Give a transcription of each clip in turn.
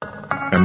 And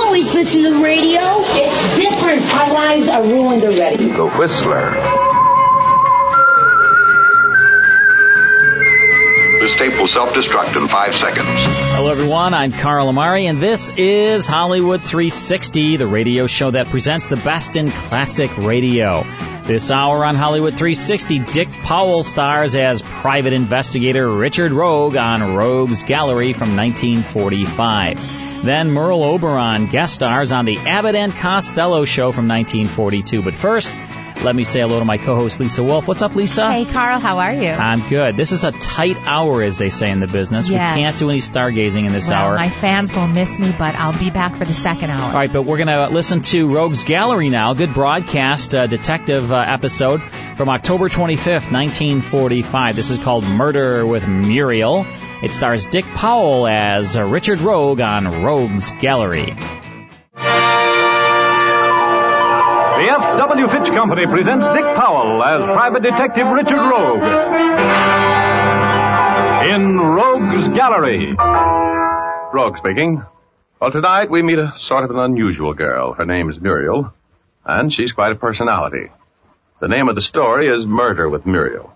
always listen to the radio. It's different. Our lives are ruined already. The Whistler. This tape will self-destruct in five seconds. Hello, everyone. I'm Carl Amari, and this is Hollywood 360, the radio show that presents the best in classic radio. This hour on Hollywood 360, Dick Powell stars as private investigator Richard Rogue on Rogue's Gallery from 1945. Then Merle Oberon guest stars on The Abbott and Costello Show from 1942. But first, let me say hello to my co-host Lisa Wolf. What's up, Lisa? Hey, Carl, how are you? I'm good. This is a tight hour, as they say in the business. Yes. We can't do any stargazing in this well, hour. my fans will miss me, but I'll be back for the second hour. All right, but we're going to listen to Rogue's Gallery now. Good broadcast uh, detective uh, episode from October 25th, 1945. This is called Murder with Muriel. It stars Dick Powell as uh, Richard Rogue on Rogue's Gallery. The F.W. Fitch Company presents Dick Powell as Private Detective Richard Rogue. In Rogue's Gallery. Rogue speaking. Well, tonight we meet a sort of an unusual girl. Her name is Muriel, and she's quite a personality. The name of the story is Murder with Muriel.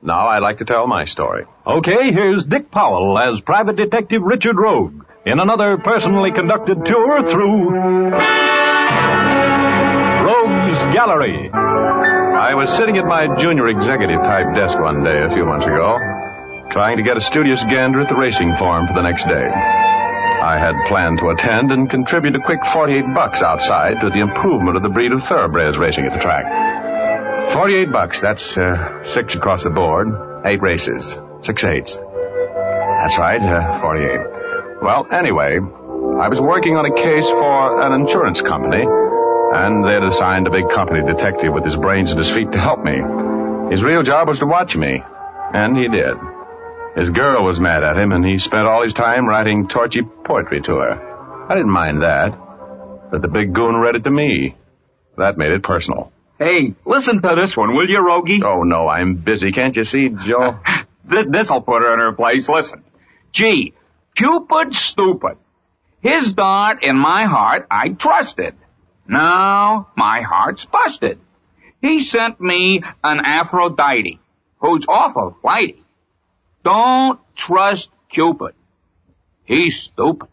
Now I'd like to tell my story. Okay, here's Dick Powell as Private Detective Richard Rogue in another personally conducted tour through Rogue's Gallery. I was sitting at my junior executive type desk one day a few months ago, trying to get a studious gander at the racing form for the next day. I had planned to attend and contribute a quick 48 bucks outside to the improvement of the breed of thoroughbreds racing at the track. 48 bucks, that's uh, six across the board, eight races, six eighths. That's right, uh, 48. Well, anyway, I was working on a case for an insurance company and they'd assigned a big company detective with his brains at his feet to help me. His real job was to watch me, and he did. His girl was mad at him, and he spent all his time writing torchy poetry to her. I didn't mind that, but the big goon read it to me. That made it personal. Hey, listen to this one, will you, Rogie? Oh, no, I'm busy. Can't you see, Joe? Th- this'll put her in her place. Listen. Gee, Cupid stupid. His dart in my heart I trusted. Now my heart's busted. He sent me an Aphrodite, who's awful flighty. Don't trust Cupid. He's stupid.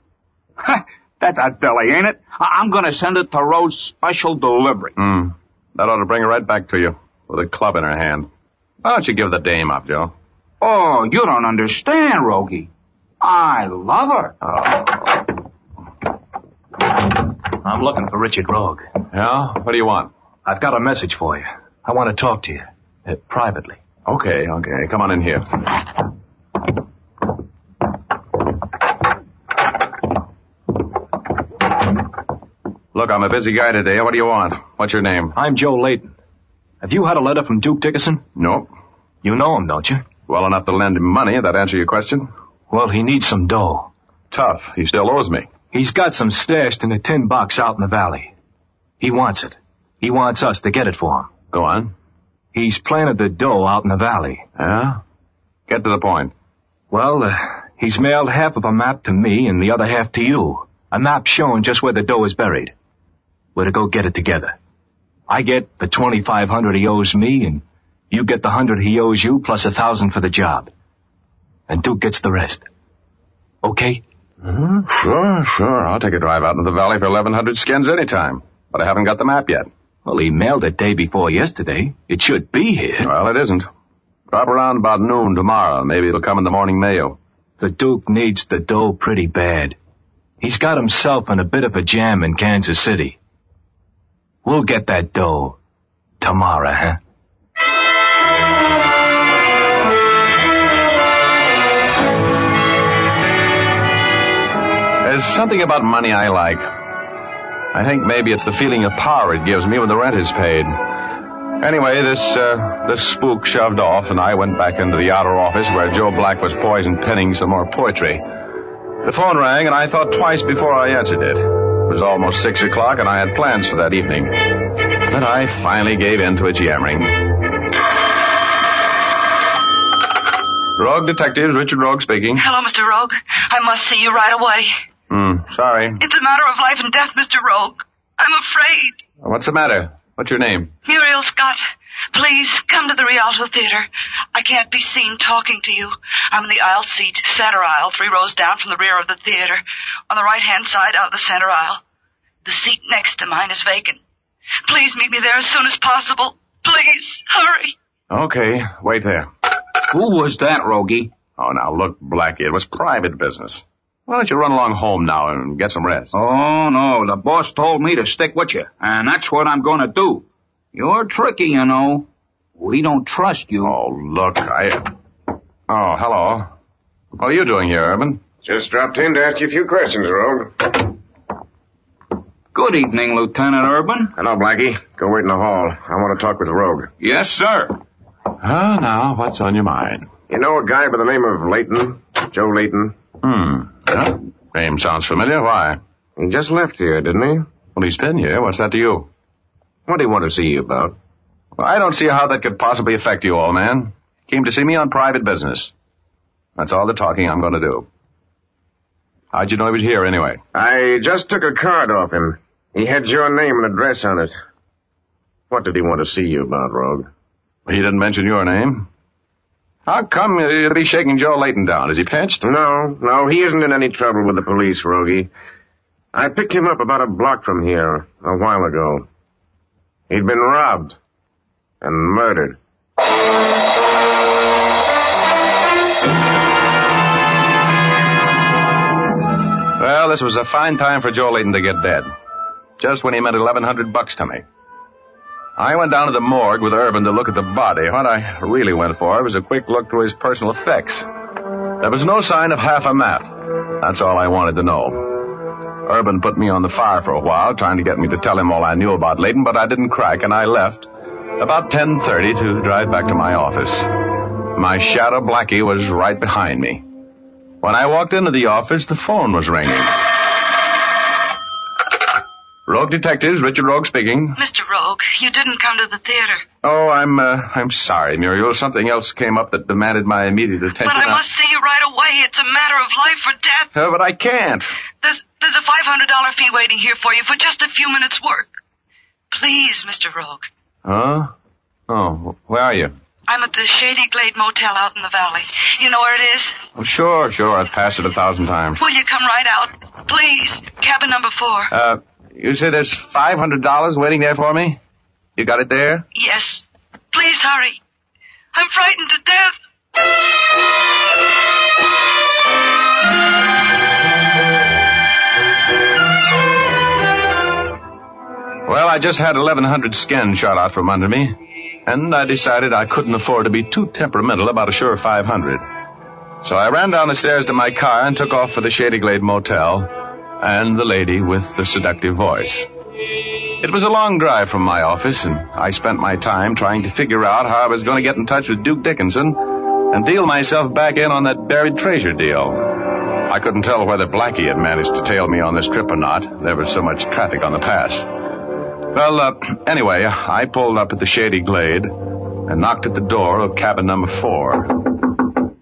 That's a dilly, ain't it? I- am gonna send it to Rose special delivery. Hmm. That ought to bring her right back to you, with a club in her hand. Why don't you give the dame up, Joe? Oh, you don't understand, Rogie. I love her. I'm looking for Richard Rogue. Yeah? What do you want? I've got a message for you. I want to talk to you. Uh, privately. Okay, okay. Come on in here. Look, I'm a busy guy today. What do you want? What's your name? I'm Joe Layton. Have you had a letter from Duke Dickerson? Nope. You know him, don't you? Well enough to lend him money. That answer your question? Well, he needs some dough. Tough. He still owes me. He's got some stashed in a tin box out in the valley. He wants it. He wants us to get it for him. Go on. He's planted the dough out in the valley. Yeah? Get to the point. Well, uh, he's mailed half of a map to me and the other half to you. A map showing just where the dough is buried. We're to go get it together. I get the 2500 he owes me and you get the 100 he owes you plus a thousand for the job. And Duke gets the rest. Okay? Mm-hmm. Sure, sure. I'll take a drive out into the valley for 1,100 skins any time. But I haven't got the map yet. Well, he mailed it day before yesterday. It should be here. Well, it isn't. Drop around about noon tomorrow. Maybe it'll come in the morning mail. The Duke needs the dough pretty bad. He's got himself in a bit of a jam in Kansas City. We'll get that dough tomorrow, huh? There's something about money I like. I think maybe it's the feeling of power it gives me when the rent is paid. Anyway, this uh, this spook shoved off, and I went back into the outer office where Joe Black was poised and penning some more poetry. The phone rang, and I thought twice before I answered it. It was almost six o'clock, and I had plans for that evening. But I finally gave in to its yammering. Rogue Detective, Richard Rogue speaking. Hello, Mr. Rogue. I must see you right away. Hmm, sorry. It's a matter of life and death, Mr. Rogue. I'm afraid. What's the matter? What's your name? Muriel Scott. Please come to the Rialto Theater. I can't be seen talking to you. I'm in the aisle seat, center aisle, three rows down from the rear of the theater. On the right hand side out of the center aisle. The seat next to mine is vacant. Please meet me there as soon as possible. Please, hurry. Okay, wait there. Who was that, Rogie? Oh, now look, Blackie, it was private business. Why don't you run along home now and get some rest? Oh, no. The boss told me to stick with you, and that's what I'm going to do. You're tricky, you know. We don't trust you. Oh, look, I. Oh, hello. What are you doing here, Urban? Just dropped in to ask you a few questions, Rogue. Good evening, Lieutenant Urban. Hello, Blackie. Go wait in the hall. I want to talk with Rogue. Yes, sir. Ah, oh, now, what's on your mind? You know a guy by the name of Layton? Joe Layton? Hmm. Huh? Name sounds familiar. Why? He just left here, didn't he? Well, he's been here. What's that to you? What do you want to see you about? Well, I don't see how that could possibly affect you, old man. Came to see me on private business. That's all the talking I'm going to do. How'd you know he was here, anyway? I just took a card off him. He had your name and address on it. What did he want to see you about, Rogue? He didn't mention your name. How come you'll be shaking Joe Layton down? Is he pinched? No, no, he isn't in any trouble with the police, Rogie. I picked him up about a block from here a while ago. He'd been robbed and murdered. Well, this was a fine time for Joe Layton to get dead. Just when he meant 1100 bucks to me. I went down to the morgue with Urban to look at the body. What I really went for was a quick look through his personal effects. There was no sign of half a map. That's all I wanted to know. Urban put me on the fire for a while, trying to get me to tell him all I knew about Layton, but I didn't crack, and I left about 10.30 to drive back to my office. My shadow, Blackie, was right behind me. When I walked into the office, the phone was ringing. Rogue Detectives, Richard Rogue speaking. Mr. Rogue, you didn't come to the theater. Oh, I'm uh, I'm sorry, Muriel. Something else came up that demanded my immediate attention. But I must see you right away. It's a matter of life or death. Uh, but I can't. There's there's a five hundred dollar fee waiting here for you for just a few minutes' work. Please, Mr. Rogue. Huh? Oh, where are you? I'm at the Shady Glade Motel out in the valley. You know where it is? Oh, sure, sure. I've passed it a thousand times. Will you come right out, please? Cabin number four. Uh. You say there's $500 waiting there for me? You got it there? Yes. Please hurry. I'm frightened to death. Well, I just had 1100 skin shot out from under me, and I decided I couldn't afford to be too temperamental about a sure 500. So I ran down the stairs to my car and took off for the Shady Glade Motel, and the lady with the seductive voice. It was a long drive from my office, and I spent my time trying to figure out how I was going to get in touch with Duke Dickinson and deal myself back in on that buried treasure deal. I couldn't tell whether Blackie had managed to tail me on this trip or not. There was so much traffic on the pass. Well, uh, anyway, I pulled up at the Shady Glade and knocked at the door of cabin number four.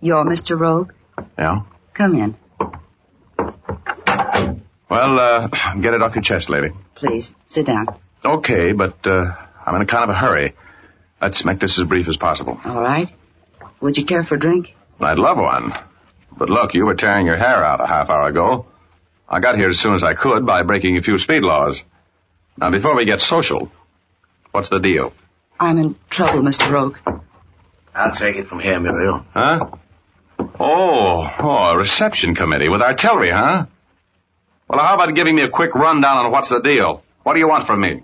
You're Mr. Rogue? Yeah. Come in. Well, uh, get it off your chest, lady. Please, sit down. Okay, but uh, I'm in a kind of a hurry. Let's make this as brief as possible. All right. Would you care for a drink? I'd love one. But look, you were tearing your hair out a half hour ago. I got here as soon as I could by breaking a few speed laws. Now, before we get social, what's the deal? I'm in trouble, Mr. Rogue. I'll take it from here, Muriel. Huh? Oh, oh, a reception committee with artillery, huh? Well, how about giving me a quick rundown on what's the deal? What do you want from me?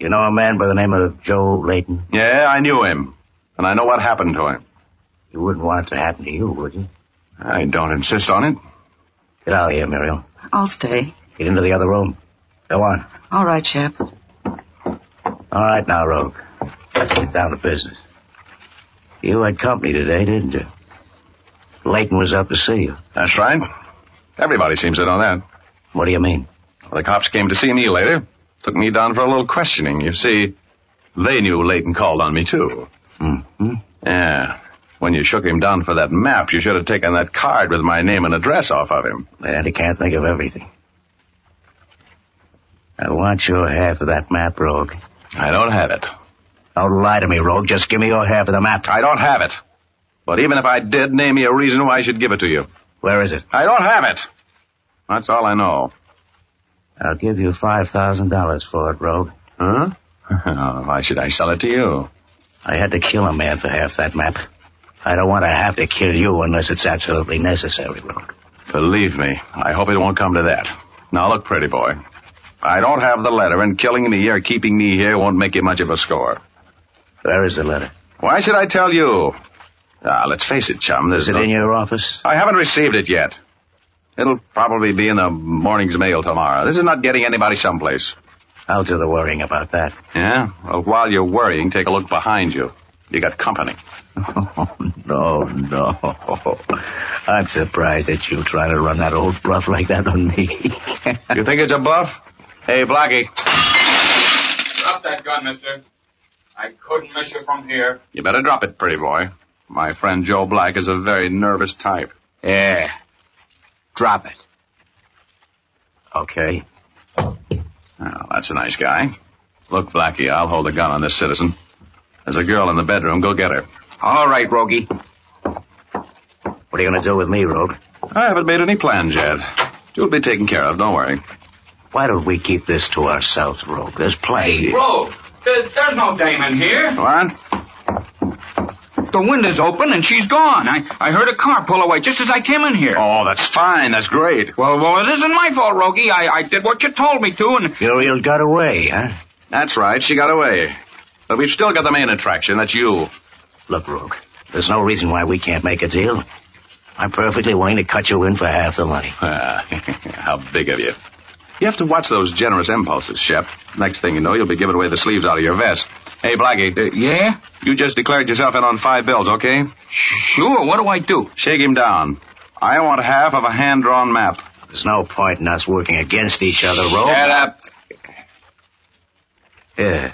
You know a man by the name of Joe Layton? Yeah, I knew him. And I know what happened to him. You wouldn't want it to happen to you, would you? I don't insist on it. Get out of here, Muriel. I'll stay. Get into the other room. Go on. All right, Shep. All right now, Rogue. Let's get down to business. You had company today, didn't you? Layton was up to see you. That's right. Everybody seems in on that. What do you mean? The cops came to see me later. Took me down for a little questioning. You see, they knew Leighton called on me, too. Mm-hmm. Yeah. When you shook him down for that map, you should have taken that card with my name and address off of him. And he can't think of everything. I want your half of that map, Rogue. I don't have it. Don't lie to me, Rogue. Just give me your half of the map. I don't have it. But even if I did, name me a reason why I should give it to you. Where is it? I don't have it. That's all I know. I'll give you $5,000 for it, Rogue. Huh? why should I sell it to you? I had to kill a man for half that map. I don't want to have to kill you unless it's absolutely necessary, Rogue. Believe me, I hope it won't come to that. Now look, pretty boy. I don't have the letter, and killing me or keeping me here won't make you much of a score. Where is the letter? Why should I tell you? Ah, let's face it, chum. There's is it no... in your office? I haven't received it yet. It'll probably be in the morning's mail tomorrow. This is not getting anybody someplace. I'll do the worrying about that. Yeah? Well, while you're worrying, take a look behind you. You got company. Oh, no, no. I'm surprised that you try to run that old bluff like that on me. you think it's a bluff? Hey, Blackie. Drop that gun, mister. I couldn't miss you from here. You better drop it, pretty boy. My friend Joe Black is a very nervous type. Yeah. Drop it. Okay. Well, that's a nice guy. Look, Blackie, I'll hold the gun on this citizen. There's a girl in the bedroom. Go get her. All right, Rogie. What are you going to do with me, Rogue? I haven't made any plans yet. You'll be taken care of. Don't worry. Why don't we keep this to ourselves, Rogue? There's plenty. Hey, Rogue, there, there's no dame in here. What? The window's open and she's gone. I, I heard a car pull away just as I came in here. Oh, that's fine. That's great. Well, well, it isn't my fault, Rogie. I, I did what you told me to, and Muriel got away, huh? That's right. She got away. But we've still got the main attraction. That's you. Look, Rogue. There's no reason why we can't make a deal. I'm perfectly willing to cut you in for half the money. Ah, How big of you. You have to watch those generous impulses, Shep. Next thing you know, you'll be giving away the sleeves out of your vest. Hey, Blackie. Uh, yeah? You just declared yourself in on five bills, okay? Sure. What do I do? Shake him down. I want half of a hand-drawn map. There's no point in us working against each other, Rogue. Shut up. Yeah.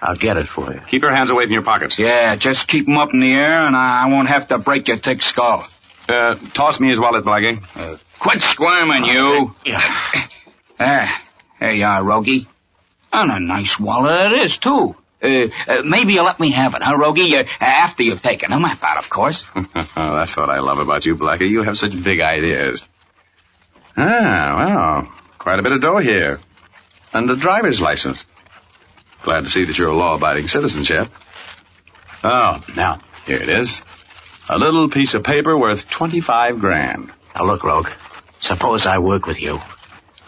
I'll get it for you. Keep your hands away from your pockets. Yeah, just keep 'em up in the air, and I won't have to break your thick skull. Uh, toss me his wallet, Uh, Blackie. Uh, quit squirming, you. Yeah. There. There you are, Rogie. And a nice wallet it is, too. Uh, maybe you'll let me have it, huh, Rogie? after you've taken the map out, of course. That's what I love about you, Blackie. You have such big ideas. Ah, well, quite a bit of dough here. And a driver's license. Glad to see that you're a law-abiding citizen, Shep. Oh, now, here it is. A little piece of paper worth 25 grand. Now look, Rogue. Suppose I work with you.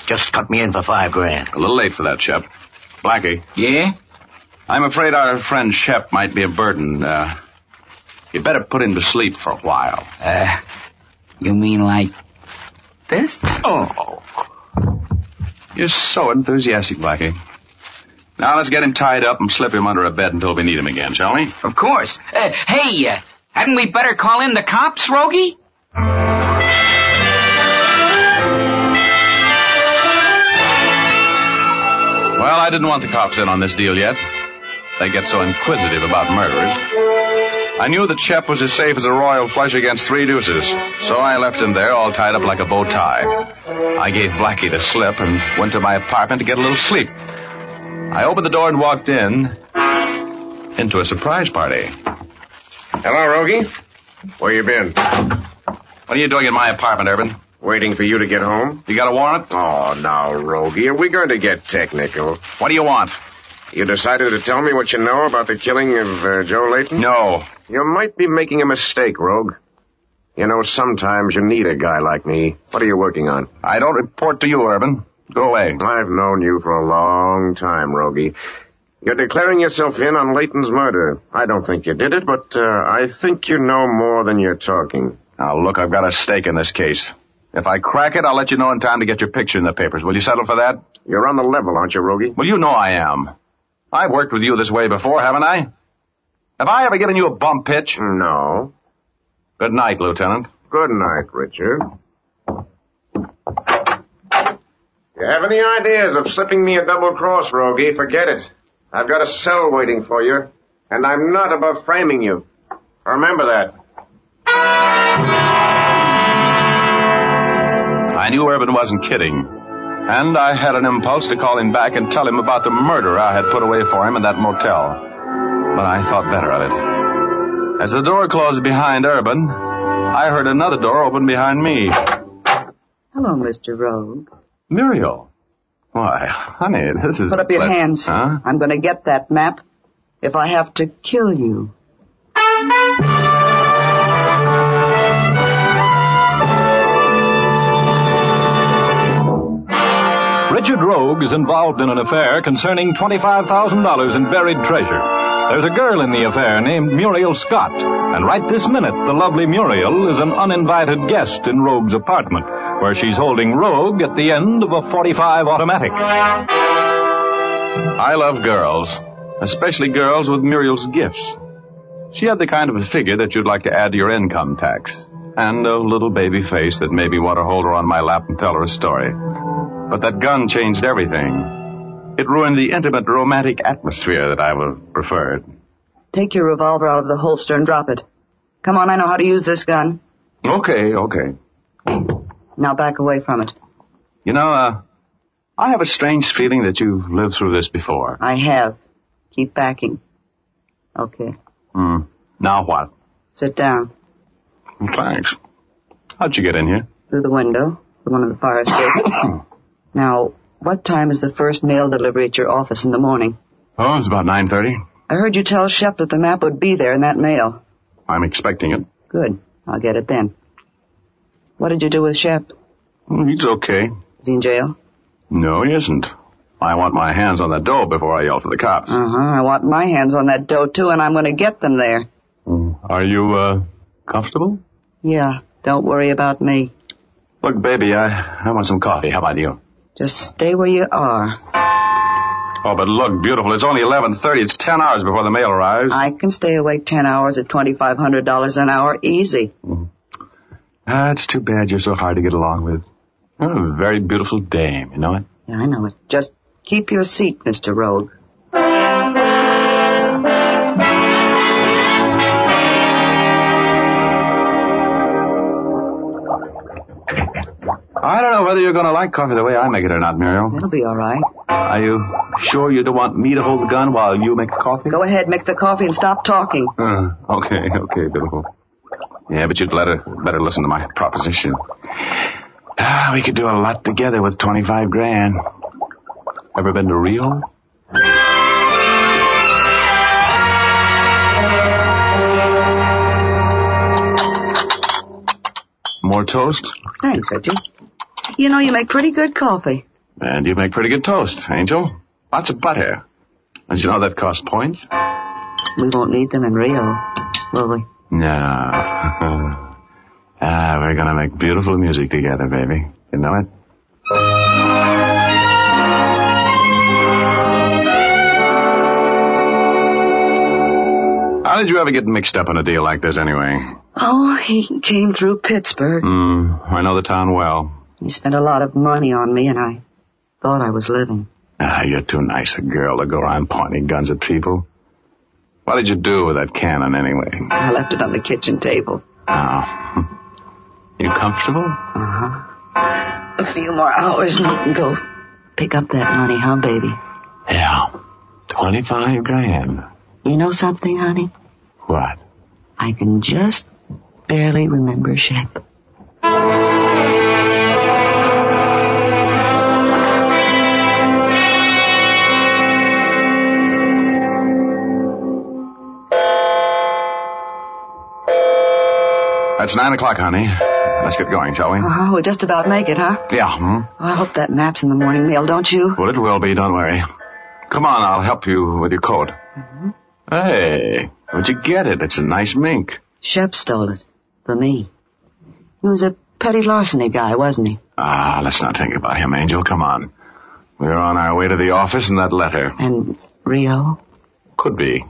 Just cut me in for five grand. A little late for that, Shep. Blackie. Yeah? I'm afraid our friend Shep might be a burden. Uh, you better put him to sleep for a while. Uh, you mean like this? Oh. You're so enthusiastic, Blackie. Now let's get him tied up and slip him under a bed until we need him again, shall we? Of course. Uh, hey, uh, hadn't we better call in the cops, Rogie? Well, I didn't want the cops in on this deal yet. They get so inquisitive about murders. I knew that Shep was as safe as a royal flush against three deuces, so I left him there all tied up like a bow tie. I gave Blackie the slip and went to my apartment to get a little sleep. I opened the door and walked in into a surprise party. Hello, Rogie. Where you been? What are you doing in my apartment, Urban? Waiting for you to get home. You got a warrant? Oh, now, Rogie, are we going to get technical? What do you want? You decided to tell me what you know about the killing of uh, Joe Layton? No. You might be making a mistake, Rogue. You know, sometimes you need a guy like me. What are you working on? I don't report to you, Urban. Go away. I've known you for a long time, Rogie. You're declaring yourself in on Leighton's murder. I don't think you did it, but uh, I think you know more than you're talking. Now, look, I've got a stake in this case. If I crack it, I'll let you know in time to get your picture in the papers. Will you settle for that? You're on the level, aren't you, Rogie? Well, you know I am. I've worked with you this way before, haven't I? Have I ever given you a bump pitch? No. Good night, Lieutenant. Good night, Richard. You have any ideas of slipping me a double cross, Rogie? Forget it. I've got a cell waiting for you, and I'm not above framing you. Remember that. I knew Urban wasn't kidding. And I had an impulse to call him back and tell him about the murder I had put away for him in that motel. But I thought better of it. As the door closed behind Urban, I heard another door open behind me. Hello, Mr. Rogue. Muriel. Why, honey, this is. Put up your ple- hands. Huh? I'm going to get that map if I have to kill you. Richard Rogue is involved in an affair concerning $25,000 in buried treasure. There's a girl in the affair named Muriel Scott, and right this minute, the lovely Muriel is an uninvited guest in Rogue's apartment, where she's holding Rogue at the end of a 45 automatic. I love girls, especially girls with Muriel's gifts. She had the kind of a figure that you'd like to add to your income tax, and a little baby face that made me want to hold her on my lap and tell her a story. But that gun changed everything. It ruined the intimate, romantic atmosphere that I would have preferred. Take your revolver out of the holster and drop it. Come on, I know how to use this gun. Okay, okay. Now back away from it. You know, uh, I have a strange feeling that you've lived through this before. I have. Keep backing. Okay. Hmm. Now what? Sit down. Thanks. How'd you get in here? Through the window. The one of the fire escape. now, what time is the first mail delivery at your office in the morning? Oh, it's about 9.30. I heard you tell Shep that the map would be there in that mail. I'm expecting it. Good. I'll get it then. What did you do with Shep? Hmm, He's okay. Is he in jail? No, he isn't. I want my hands on that dough before I yell for the cops. Uh huh. I want my hands on that dough too, and I'm going to get them there. Are you, uh, comfortable? Yeah. Don't worry about me. Look, baby, I, I want some coffee. How about you? Just stay where you are. Oh, but look, beautiful. It's only 11.30. It's 10 hours before the mail arrives. I can stay awake ten hours at twenty-five hundred dollars an hour, easy. Ah, it's too bad you're so hard to get along with. You're a very beautiful dame, you know it? Yeah, I know it. Just keep your seat, Mister Rogue. I don't know whether you're going to like coffee the way I make it or not, Muriel. It'll be all right. Are you sure you don't want me to hold the gun while you make the coffee? Go ahead, make the coffee and stop talking. Uh, okay, okay, beautiful. Yeah, but you'd better, better listen to my proposition. Ah, we could do a lot together with 25 grand. Ever been to Rio? More toast? Thanks, Richie. You know you make pretty good coffee. And you make pretty good toast, Angel. Lots of butter. And you know that costs points? We won't need them in Rio, will we? No. ah, we're gonna make beautiful music together, baby. You know it? How did you ever get mixed up in a deal like this anyway? Oh, he came through Pittsburgh. Hmm, I know the town well. He spent a lot of money on me, and I thought I was living. Ah, you're too nice a girl to go around pointing guns at people. What did you do with that cannon anyway? I left it on the kitchen table. Oh. You comfortable? A few more hours, and we can go pick up that money, huh, baby? Yeah. Twenty-five grand. You know something, honey? What? I can just barely remember Shep. That's nine o'clock, honey. Let's get going, shall we? Uh-huh, we just about make it, huh? Yeah. Hmm? Oh, I hope that map's in the morning mail, don't you? Well, it will be. Don't worry. Come on, I'll help you with your coat. Hey, where'd you get it? It's a nice mink. Shep stole it. For me. He was a petty larceny guy, wasn't he? Ah, let's not think about him, Angel. Come on. We were on our way to the office and that letter. And Rio? Could be.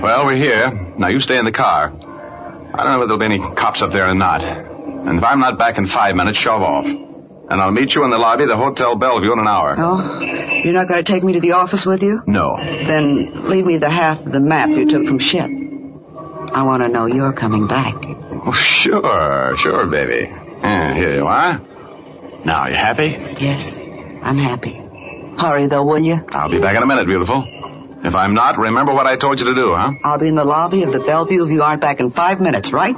Well, we're here. Now you stay in the car. I don't know if there'll be any cops up there or not. And if I'm not back in five minutes, shove off. And I'll meet you in the lobby of the Hotel Bellevue in an hour. Oh, you're not going to take me to the office with you? No. Then leave me the half of the map you took from ship. I want to know you're coming back. Oh, sure, sure, baby. Yeah, here you are. Now, you happy? Yes, I'm happy. Hurry, though, will you? I'll be back in a minute, beautiful. If I'm not, remember what I told you to do, huh? I'll be in the lobby of the Bellevue if you aren't back in five minutes, right?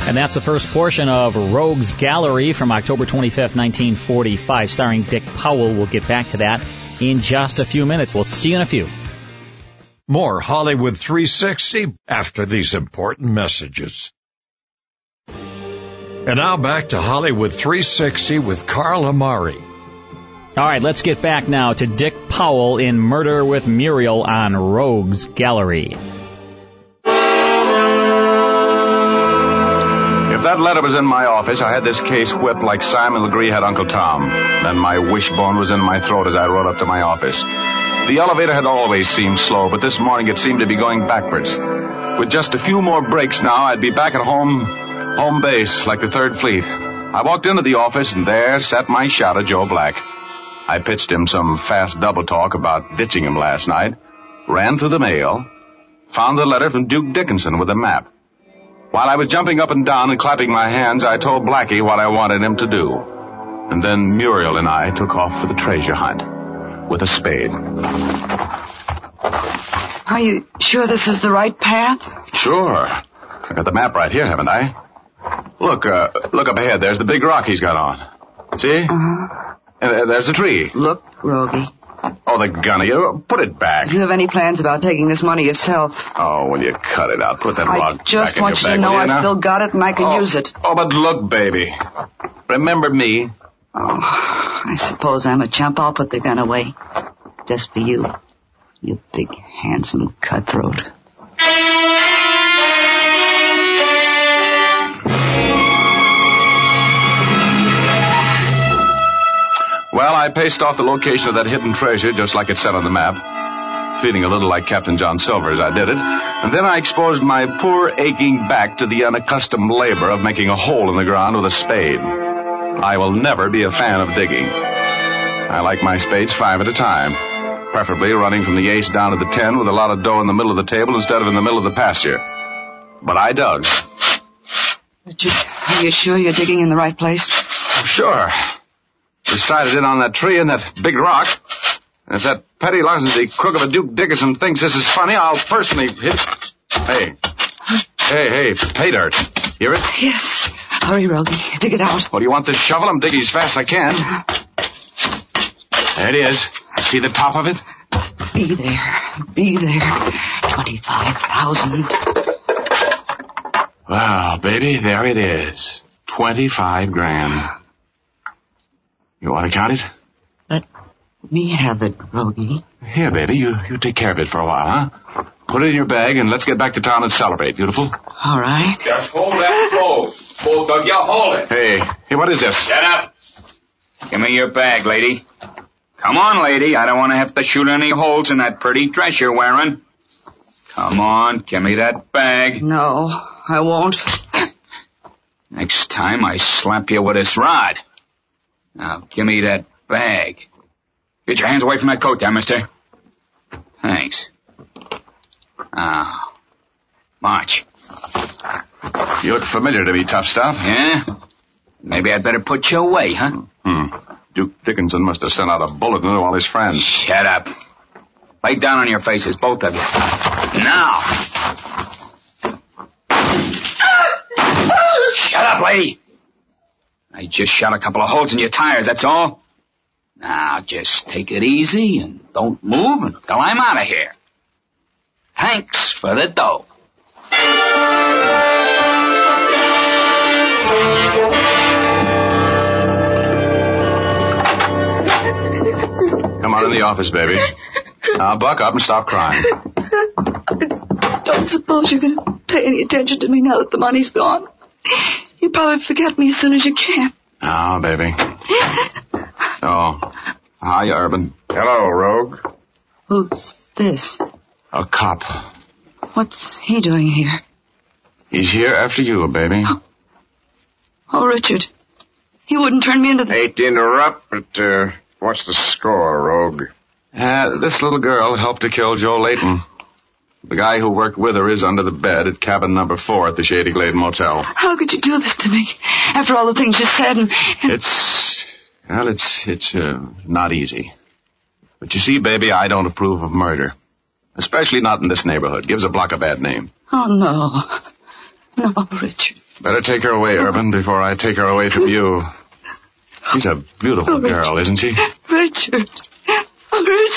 And that's the first portion of Rogues Gallery from October 25th, 1945, starring Dick Powell. We'll get back to that in just a few minutes. We'll see you in a few. More Hollywood 360 after these important messages. And now back to Hollywood 360 with Carl Amari. All right, let's get back now to Dick Powell in Murder with Muriel on Rogues Gallery. If that letter was in my office, I had this case whipped like Simon Legree had Uncle Tom. Then my wishbone was in my throat as I rode up to my office. The elevator had always seemed slow, but this morning it seemed to be going backwards. With just a few more breaks now, I'd be back at home, home base, like the Third Fleet. I walked into the office, and there sat my shadow, Joe Black. I pitched him some fast double talk about ditching him last night, ran through the mail, found the letter from Duke Dickinson with a map. While I was jumping up and down and clapping my hands, I told Blackie what I wanted him to do. And then Muriel and I took off for the treasure hunt with a spade. Are you sure this is the right path? Sure. I got the map right here, haven't I? Look, uh, look up ahead. There's the big rock he's got on. See? Uh-huh. Uh, there's a tree. Look, Rogie. Oh, the gun of you. Put it back. Do you have any plans about taking this money yourself? Oh, will you cut it out? Put that I rock just back want in you your to bag, know will you, I've now? still got it and I can Oh, use it. Oh, but look, baby. Remember me. Oh, I suppose I'm a chump. I'll put the gun away. Just for you. You big, handsome cutthroat. Well, I paced off the location of that hidden treasure just like it said on the map, feeling a little like Captain John Silver as I did it, and then I exposed my poor aching back to the unaccustomed labor of making a hole in the ground with a spade. I will never be a fan of digging. I like my spades five at a time, preferably running from the ace down to the ten with a lot of dough in the middle of the table instead of in the middle of the pasture. But I dug. But you, are you sure you're digging in the right place? Sure. We sighted in on that tree and that big rock. And if that petty larceny crook of a Duke Dickinson thinks this is funny, I'll personally hit. Hey. Hey, hey, pay dirt. Hear it? Yes. Hurry, Rogie. Dig it out. What do you want this shovel? I'm digging as fast as I can. There it is. See the top of it? Be there. Be there. 25,000. Wow, baby, there it is. Twenty-five grand. You want to count it? Let me have it, Rogie. Here, baby, you, you take care of it for a while, huh? Put it in your bag and let's get back to town and celebrate, beautiful. All right. Just hold that close. Both of you, hold it. Hey, hey, what is this? Get up. Give me your bag, lady. Come on, lady. I don't want to have to shoot any holes in that pretty dress you're wearing. Come on, give me that bag. No, I won't. Next time I slap you with this rod. Now, give me that bag. Get your hands away from that coat there, mister. Thanks. Now, march. You look familiar to me, tough stuff. Yeah? Maybe I'd better put you away, huh? Hmm. Duke Dickinson must have sent out a bulletin to all his friends. Shut up. Lay down on your faces, both of you. Now. Ah, Shut up, lady. I just shot a couple of holes in your tires, that's all. Now, just take it easy and don't move until I'm out of here. Thanks for the dough. in the office, baby. Now buck up and stop crying. I don't suppose you're going to pay any attention to me now that the money's gone. You probably forget me as soon as you can. Now, baby. Oh, hi, Urban. Hello, Rogue. Who's this? A cop. What's he doing here? He's here after you, baby. Oh, Richard. He wouldn't turn me into the... Hate to interrupt, but uh, what's the score, Rogue? Uh, this little girl helped to kill Joe Layton. The guy who worked with her is under the bed at cabin number four at the Shady Glade Motel. How could you do this to me? After all the things you said and... and... It's well, it's it's uh, not easy. But you see, baby, I don't approve of murder, especially not in this neighborhood. Gives a block a bad name. Oh, no. No, Richard. Better take her away, Urban, before I take her away from you. She's a beautiful Oh, Richard. girl, isn't she? Richard. Oh, Richard.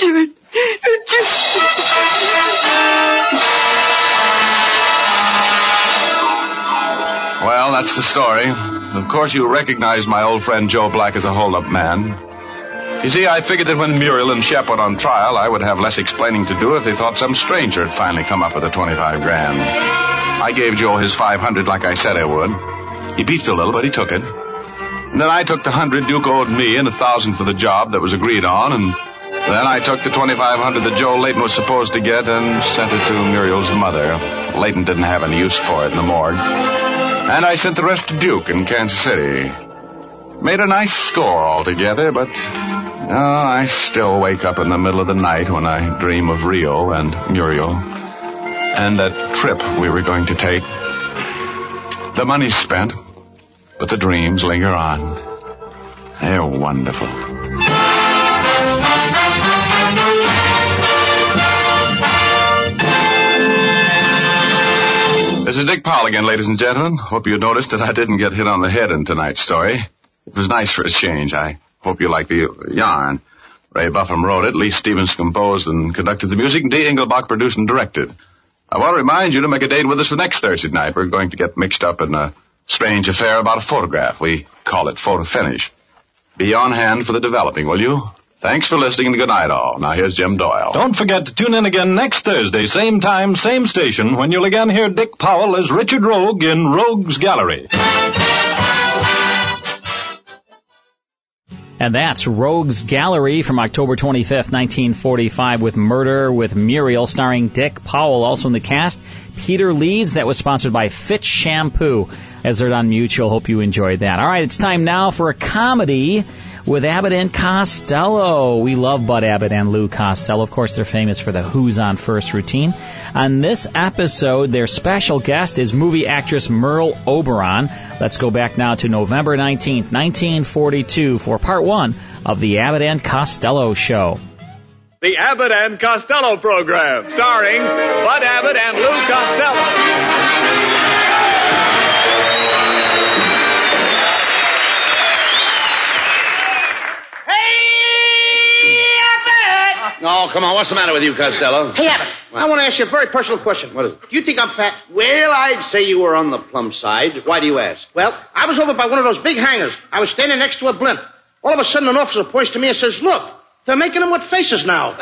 Richard. Well, that's the story. Of course, you recognize my old friend Joe Black as a hold-up man. You see, I figured that when Muriel and Shep went on trial, I would have less explaining to do if they thought some stranger had finally come up with the 25 grand. I gave Joe his 500 like I said I would. He beefed a little, but he took it. And then I took the 100 Duke owed me and a 1,000 for the job that was agreed on, and then I took the 2,500 that Joe Layton was supposed to get and sent it to Muriel's mother. Layton didn't have any use for it in the morgue. And I sent the rest to Duke in Kansas City. Made a nice score altogether, but oh, I still wake up in the middle of the night when I dream of Rio and Muriel and that trip we were going to take. The money's spent, but the dreams linger on. They're wonderful. This is Dick Powell again, ladies and gentlemen. Hope you noticed that I didn't get hit on the head in tonight's story. It was nice for a change. I hope you like the yarn. Ray Buffum wrote it, Lee Stevens composed and conducted the music, and Dee Engelbach produced and directed. I want to remind you to make a date with us for next Thursday night. We're going to get mixed up in a strange affair about a photograph. We call it Photo Finish. Be on hand for the developing, will you? Thanks for listening and good night all. Now here's Jim Doyle. Don't forget to tune in again next Thursday, same time, same station, when you'll again hear Dick Powell as Richard Rogue in Rogue's Gallery. And that's Rogues Gallery from October 25th, 1945, with Murder with Muriel, starring Dick Powell, also in the cast. Peter Leeds, that was sponsored by Fitch Shampoo, as aired on Mutual. Hope you enjoyed that. All right, it's time now for a comedy with Abbott and Costello. We love Bud Abbott and Lou Costello. Of course, they're famous for the Who's on First routine. On this episode, their special guest is movie actress Merle Oberon. Let's go back now to November 19th, 1942 for part one of the Abbott and Costello show. The Abbott and Costello program, starring Bud Abbott and Lou Costello. Oh, come on. What's the matter with you, Costello? Hey, Abbott, I want to ask you a very personal question. What is it? Do you think I'm fat? Well, I'd say you were on the plumb side. Why do you ask? Well, I was over by one of those big hangars. I was standing next to a blimp. All of a sudden, an officer points to me and says, look, they're making them with faces now.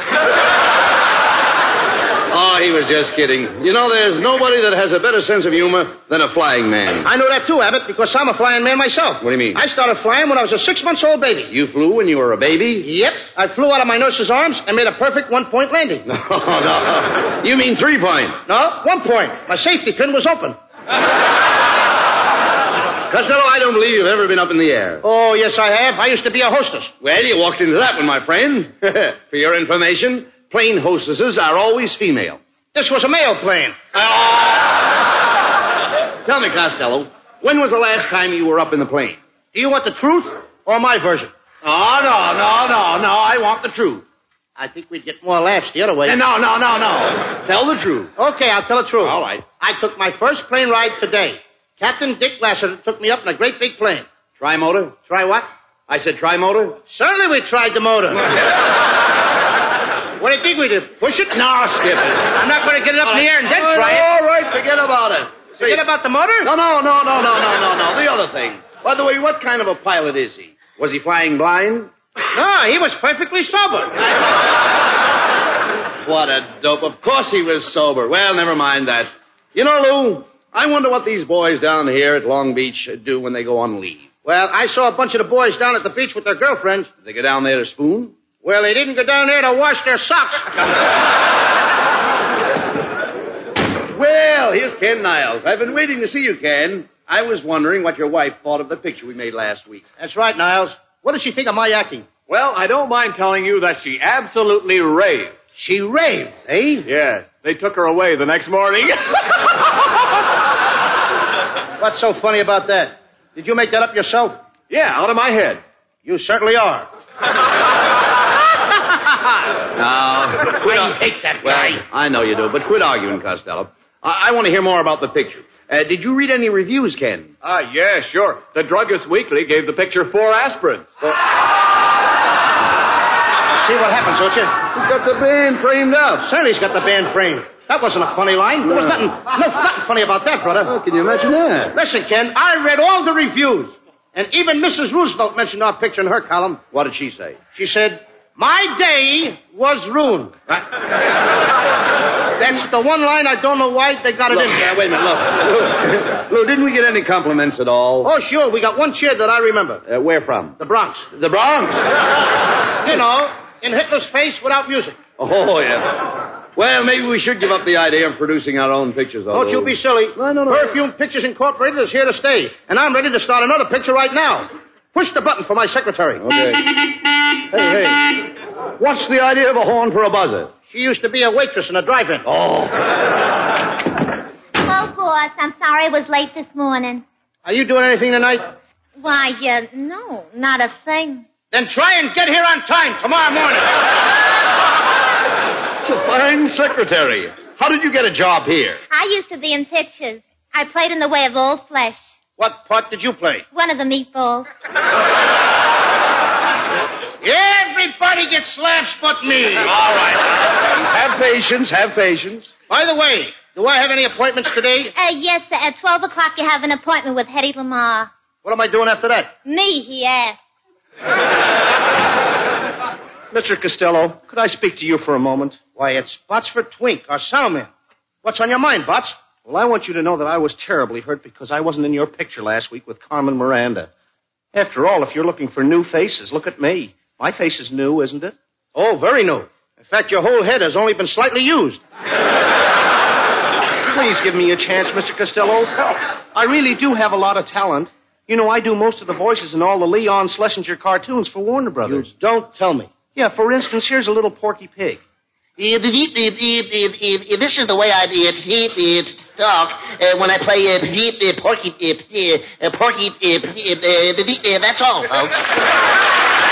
Oh, he was just kidding. You know, there's nobody that has a better sense of humor than a flying man. I know that too, Abbott, because I'm a flying man myself. What do you mean? I started flying when I was a six months old baby. You flew when you were a baby? Yep, I flew out of my nurse's arms and made a perfect one point landing. No, Oh, no. You mean three point. No, one point. My safety pin was open. Costello, I don't believe you've ever been up in the air. Oh, yes, I have. I used to be a hostess. Well, you walked into that one, my friend. For your information, plane hostesses are always female. This was a male plane. Tell me, Costello, when was the last time you were up in the plane? Do you want the truth or my version? Oh, no, no, no, no. I want the truth. I think we'd get more laughs the other way. No, no, no, no. Tell the truth. Okay, I'll tell the truth. All right. I took my first plane ride today. Captain Dick Lassiter took me up in a great big plane. Tri motor? Try what? I said tri motor? Certainly we tried the motor. what do you think we did? Push it? No, skip it. I'm not going to get it up in the air and then try it. All right, forget about it. See- Forget about the motor? No, no, no, no, no, no, no, no. The other thing. By the way, what kind of a pilot is he? Was he flying blind? No, he was perfectly sober. What a dope. Of course he was sober. Well, never mind that. You know, Lou, I wonder what these boys down here at Long Beach do when they go on leave. Well, I saw a bunch of the boys down at the beach with their girlfriends. Do they go down there to spoon? Well, they didn't go down there to wash their socks. well, here's Ken Niles. I've been waiting to see you, Ken. I was wondering what your wife thought of the picture we made last week. That's right, Niles. What did she think of my acting? Well, I don't mind telling you that she absolutely raved. She raved, eh? Yeah. They took her away the next morning. What's so funny about that? Did you make that up yourself? Yeah, out of my head. You certainly are. no, quit I hate that well, guy. I know you do, but quit arguing, Costello. I, I want to hear more about the picture. Uh, did you read any reviews, Ken? Ah, uh, yeah, sure. The Druggist Weekly gave the picture four aspirins. Well... See what happens, don't you? He's got the band framed up. Certainly he's got the band framed. That wasn't a funny line. There was nothing, no, nothing funny about that, brother. How Oh, can you imagine that? Listen, Ken, I read all the reviews. And even Mrs. Roosevelt mentioned our picture in her column. What did she say? She said, my day was ruined. That's the one line I don't know why they got it look, in there. Wait a Oh, minute, look. Lou, didn't we get any compliments at all? Oh, sure. We got one cheer that I remember. Uh, where from? The Bronx. The Bronx? you know, in Hitler's face without music. Oh, yeah. Well, maybe we should give up the idea of producing our own pictures. Although... Don't you be silly. No, no, no. Perfume Pictures Incorporated is here to stay, and I'm ready to start another picture right now. Push the button for my secretary. Okay. Hey, hey. What's the idea of a horn for a buzzer? She used to be a waitress in a drive-in. Oh. Oh, boss, I'm sorry I was late this morning. Are you doing anything tonight? Why, uh, no, not a thing. Then try and get here on time tomorrow morning. fine secretary. How did you get a job here? I used to be in pictures. I played in the way of old flesh. What part did you play? One of the meatballs. Everybody gets laughs but me. All right. Have patience, have patience. By the way, do I have any appointments today? Uh, yes, sir. At 12 o'clock you have an appointment with Hetty Lamar. What am I doing after that? Me, he asked. Mr. Costello, could I speak to you for a moment? Why, it's Botsford Twink, our saddleman. What's on your mind, Bots? Well, I want you to know that I was terribly hurt because I wasn't in your picture last week with Carmen Miranda. After all, if you're looking for new faces, look at me. My face is new, isn't it? Oh, very new. In fact, your whole head has only been slightly used. Please give me a chance, Mr. Costello. I really do have a lot of talent. You know, I do most of the voices in all the Leon Schlesinger cartoons for Warner Brothers. You don't tell me. Yeah, for instance, here's a little porky pig. This is the way I talk uh, when I play uh, porky, uh, porky, uh, that's all, folks.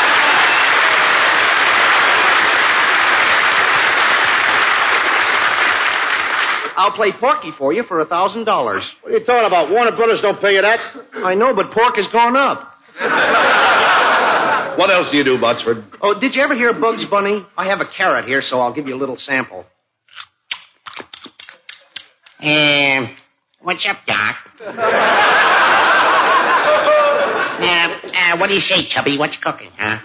I'll play Porky for you for a thousand dollars. What are you talking about? Warner Brothers don't pay you that. I know, but pork has gone up. What else do you do, Botsford? Oh, did you ever hear Bugs Bunny? I have a carrot here, so I'll give you a little sample. Um, what's up, Doc? uh, uh, what do you say, Tubby? What's cooking, huh?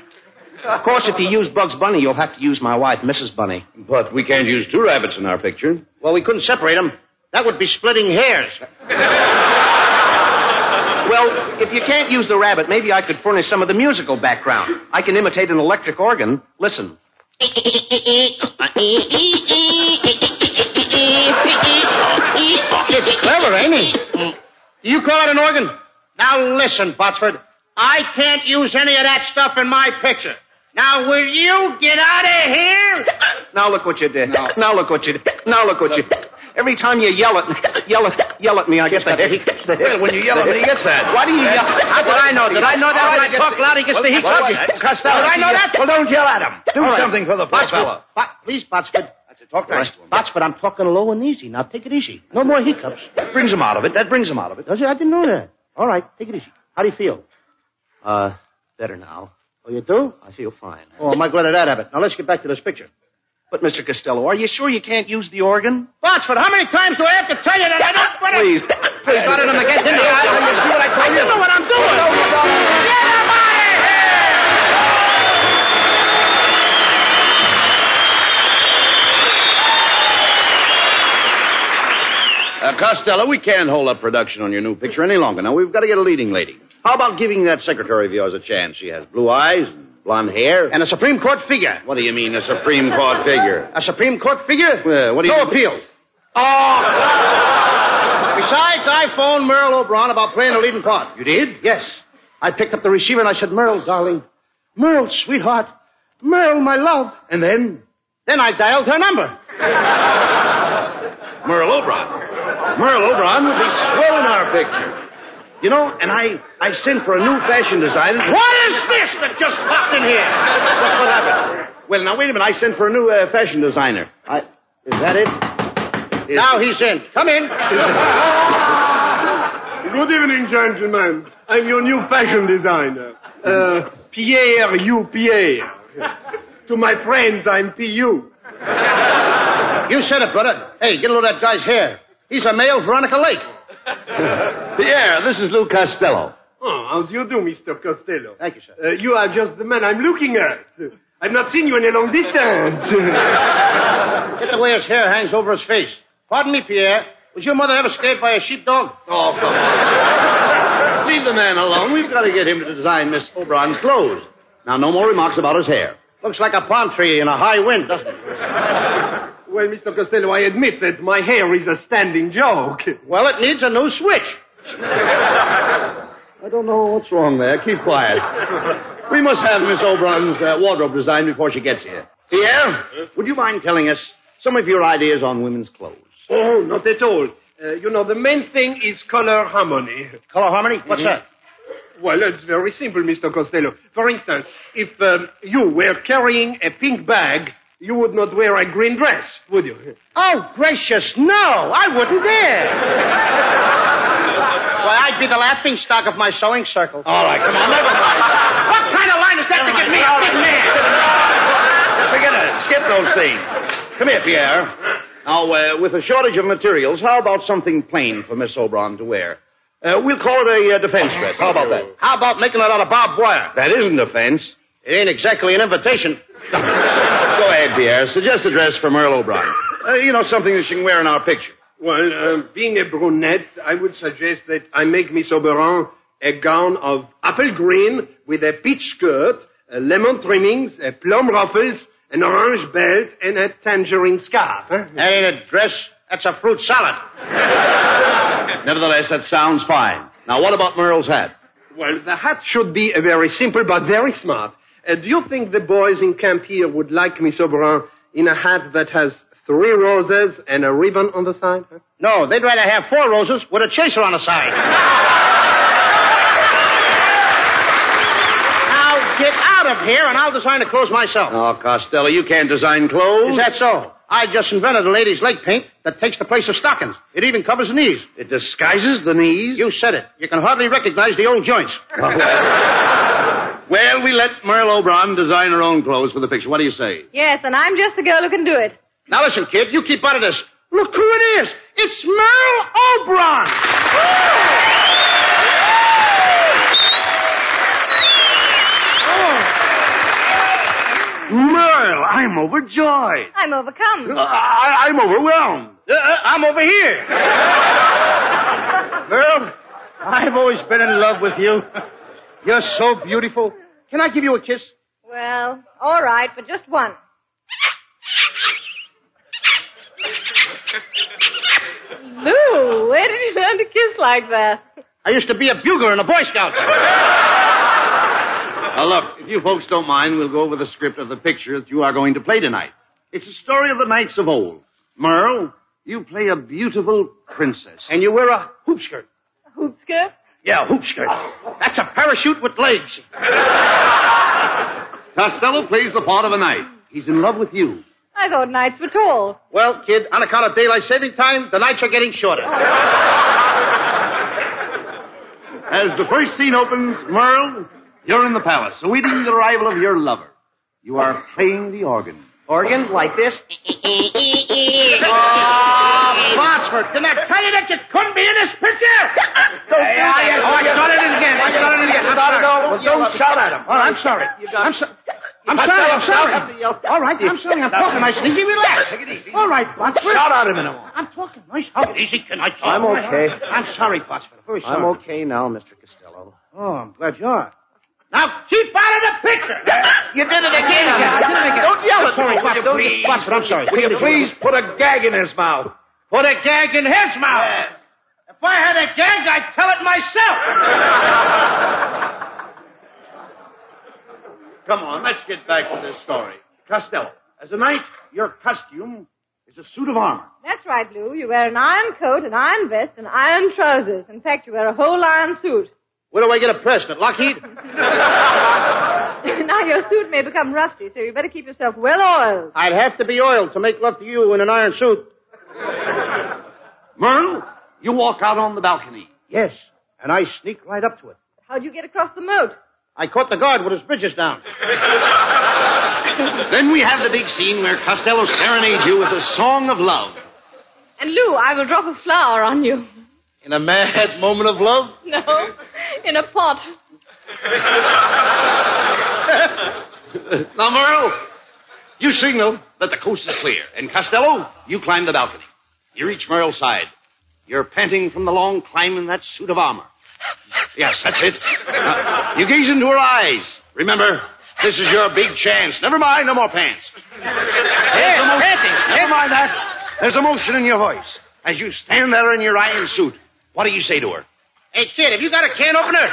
Of course, if you use Bugs Bunny, you'll have to use my wife, Mrs. Bunny. But we can't use two rabbits in our picture. Well, we couldn't separate them. That would be splitting hairs. Well, if you can't use the rabbit, maybe I could furnish some of the musical background. I can imitate an electric organ. Listen. It's clever, ain't Mm. it? You call it an organ? Now listen, Botsford. I can't use any of that stuff in my picture. Now will you get out of here? Now look what you did. No. Now look what you did. Now look what you did. Every time you yell at me, yell at, yell at me, I get the heat. Well, when you yell at me, he gets that. Why do you yell? How did I know? Did I know that? Right, when I talk loud, he gets well, the heat. Well, well, Costello, did I know that? Well, don't yell at him. Do All something right. for the poor fellow. Bo- please, Botsford. Talk nice to him. Botsford, I'm talking low and easy. Now take it easy. No more hiccups. That brings him out of it. That brings him out of it. Does it? I didn't know that. All right, take it easy. How do you feel? Uh, better now. Oh, you do? I feel fine. Oh, am I glad of that, Abbott. Now let's get back to this picture. But, Mr. Costello, are you sure you can't use the organ? Botsford, how many times do I have to tell you that I don't want to... Please, please, I don't know what I'm doing. I don't know what I'm doing. Get out of here! Now, Uh, Costello, we can't hold up production on your new picture any longer. Now, we've got to get a leading lady. How about giving that secretary of yours a chance? She has blue eyes, blonde hair. And a Supreme Court figure. What do you mean, a Supreme Court figure? A Supreme Court figure? Well, what do you no appeal. Oh! Besides, I phoned Merle O'Brien about playing a leading part. You did? Yes. I picked up the receiver and I said, Merle, darling. Merle, sweetheart. Merle, my love. And then? Then I dialed her number. Merle O'Brien. Merle O'Brien would be swell in our picture. You know, and I, I sent for a new fashion designer. What is this that just popped in here? Look what happened. Well, now wait a minute. I sent for a new uh, fashion designer. I, is that it? Is- Now he's in. Come in. Good evening, gentlemen. I'm your new fashion designer, uh, Pierre U. Pierre. to my friends, I'm P.U. You said it, brother. Hey, get a load of that guy's hair. He's a male Veronica Lake. yeah, this is Lou Costello. Oh, how do you do, Mr. Costello? Thank you, sir. Uh, you are just the man I'm looking at. I've not seen you in a long distance. Get the way his hair hangs over his face. Pardon me, Pierre. Was your mother ever scared by a sheepdog? Oh, come on. Leave the man alone. We've got to get him to design Miss O'Brien's clothes. Now, no more remarks about his hair. Looks like a palm tree in a high wind, doesn't it? well, Mr. Costello, I admit that my hair is a standing joke. Well, it needs a new switch. I don't know what's wrong there. Keep quiet. We must have Miss O'Brien's uh, wardrobe designed before she gets here. Pierre, would you mind telling us some of your ideas on women's clothes? Oh, not at all. Uh, you know, the main thing is color harmony. Color harmony? What's Mhm. that? Well, it's very simple, Mr. Costello. For instance, if um, you were carrying a pink bag, you would not wear a green dress, would you? Oh, gracious, no. I wouldn't dare. Why, I'd be the laughing stock of my sewing circle. All right, come on. Never mind. What kind of line is that to give me a big Forget man? it. Skip those things. Come here, Pierre. Now, uh, with a shortage of materials, how about something plain for Miss O'Brien to wear? Uh, we'll call it a uh, defense dress. How about that? How about making it out of barbed wire? That isn't defense. It ain't exactly an invitation. Go ahead, Pierre. Suggest a dress for Merle O'Brien. Uh, you know, something that she can wear in our picture. Well, um, being a brunette, I would suggest that I make Miss Oberon a gown of apple green with a peach skirt, a lemon trimmings, a plum ruffles, an orange belt, and a tangerine scarf. Huh? That ain't a dress. That's a fruit salad. Nevertheless, that sounds fine. Now, what about Merle's hat? Well, the hat should be a very simple but very smart. Uh, do you think the boys in camp here would like Miss Oberon in a hat that has three roses and a ribbon on the side? huh? No, they'd rather have four roses with a chaser on the side. now get out of here and I'll design the clothes myself. Oh, Costello, you can't design clothes. Is that so? I just invented a lady's leg paint that takes the place of stockings. It even covers the knees. It disguises the knees. You said it. You can hardly recognize the old joints. Well, we let Merle O'Brien design her own clothes for the picture. What do you say? Yes, and I'm just the girl who can do it. Now listen, kid, you keep out of this. Look who it is. It's Merle O'Brien. Merle, I'm overjoyed. I'm overcome. I, I'm overwhelmed. Uh, uh, I'm over here. Merle, I've always been in love with you. You're so beautiful. Can I give you a kiss? Well, all right, but just one. Lou, where did you learn to kiss like that? I used to be a bugler and a Boy Scout. Now, look, if you folks don't mind, we'll go over the script of the picture that you are going to play tonight. It's a story of the knights of old. Merle, you play a beautiful princess. And you wear a hoop skirt. Hoop skirt? Yeah, hoop skirt. That's a parachute with legs. Costello plays the part of a knight. He's in love with you. I thought nights were tall. Well, kid, on account of daylight saving time, the nights are getting shorter. Oh, As the first scene opens, Merle, you're in the palace, awaiting the arrival of your lover. You are playing the organ. Organ like this. Oh, Botsford, didn't I tell you that you couldn't be in this picture? Don't Hey, I- Oh, I started it again. I started it again. I'm Started sorry. over. Well, don't shout at him. Oh, I'm sorry. I'm sorry. I'm But sorry, no, I'm sorry. no, All right, I'm sorry. I'm talking nice and easy. Relax. Take it easy. All right, Botsford. Shout out a minute. I'm talking nice. How easy can I talk? I'm okay. I'm sorry, Botsford. Very sorry. I'm okay now, Mr. Costello. Oh, I'm glad you are. Now keep out of the picture. You did it again. I did it again. Don't yell I'm at sorry, me. Botsford. Will you Don't- Botsford, I'm sorry. Will you Take it please easy. put a gag in his mouth? Put a gag in his mouth. If I had a gag, I'd tell it myself. Come on, let's get back to this story. Costello, as a knight, your costume is a suit of armor. That's right, Lou. You wear an iron coat, an iron vest, and iron trousers. In fact, you wear a whole iron suit. Where do I get a president? Lockheed? now your suit may become rusty, so you better keep yourself well oiled. I'd have to be oiled to make love to you in an iron suit. Merle, you walk out on the balcony. Yes, and I sneak right up to it. How'd you get across the moat? I caught the guard with his bridges down. then we have the big scene where Costello serenades you with a song of love. And Lou, I will drop a flower on you. In a mad moment of love? No, in a pot. now, Merle, you signal that the coast is clear. And Costello, you climb the balcony. You reach Merle's side. You're panting from the long climb in that suit of armor. Yes, that's it. Now, you gaze into her eyes. Remember, this is your big chance. Never mind, no more pants. There's a motion- Never mind that. There's emotion in your voice. As you stand there in your iron suit, what do you say to her? Hey, kid, have you got a can opener?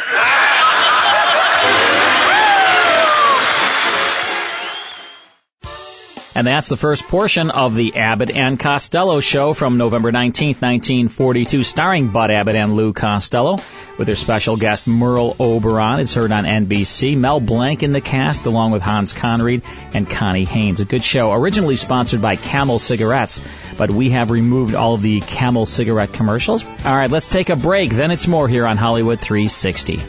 And that's the first portion of the Abbott and Costello show from November 19th, 1942, starring Bud Abbott and Lou Costello, with their special guest Merle Oberon. It's heard on NBC. Mel Blanc in the cast, along with Hans Conried and Connie Haynes. A good show, originally sponsored by Camel Cigarettes, but we have removed all of the Camel cigarette commercials. All right, let's take a break. Then it's more here on Hollywood 360.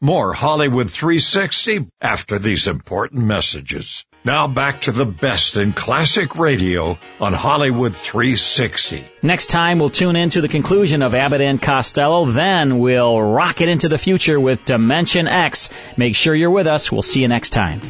More Hollywood 360 after these important messages. Now back to the best in classic radio on Hollywood 360. Next time, we'll tune in to the conclusion of Abbott and Costello. Then we'll rocket into the future with Dimension X. Make sure you're with us. We'll see you next time.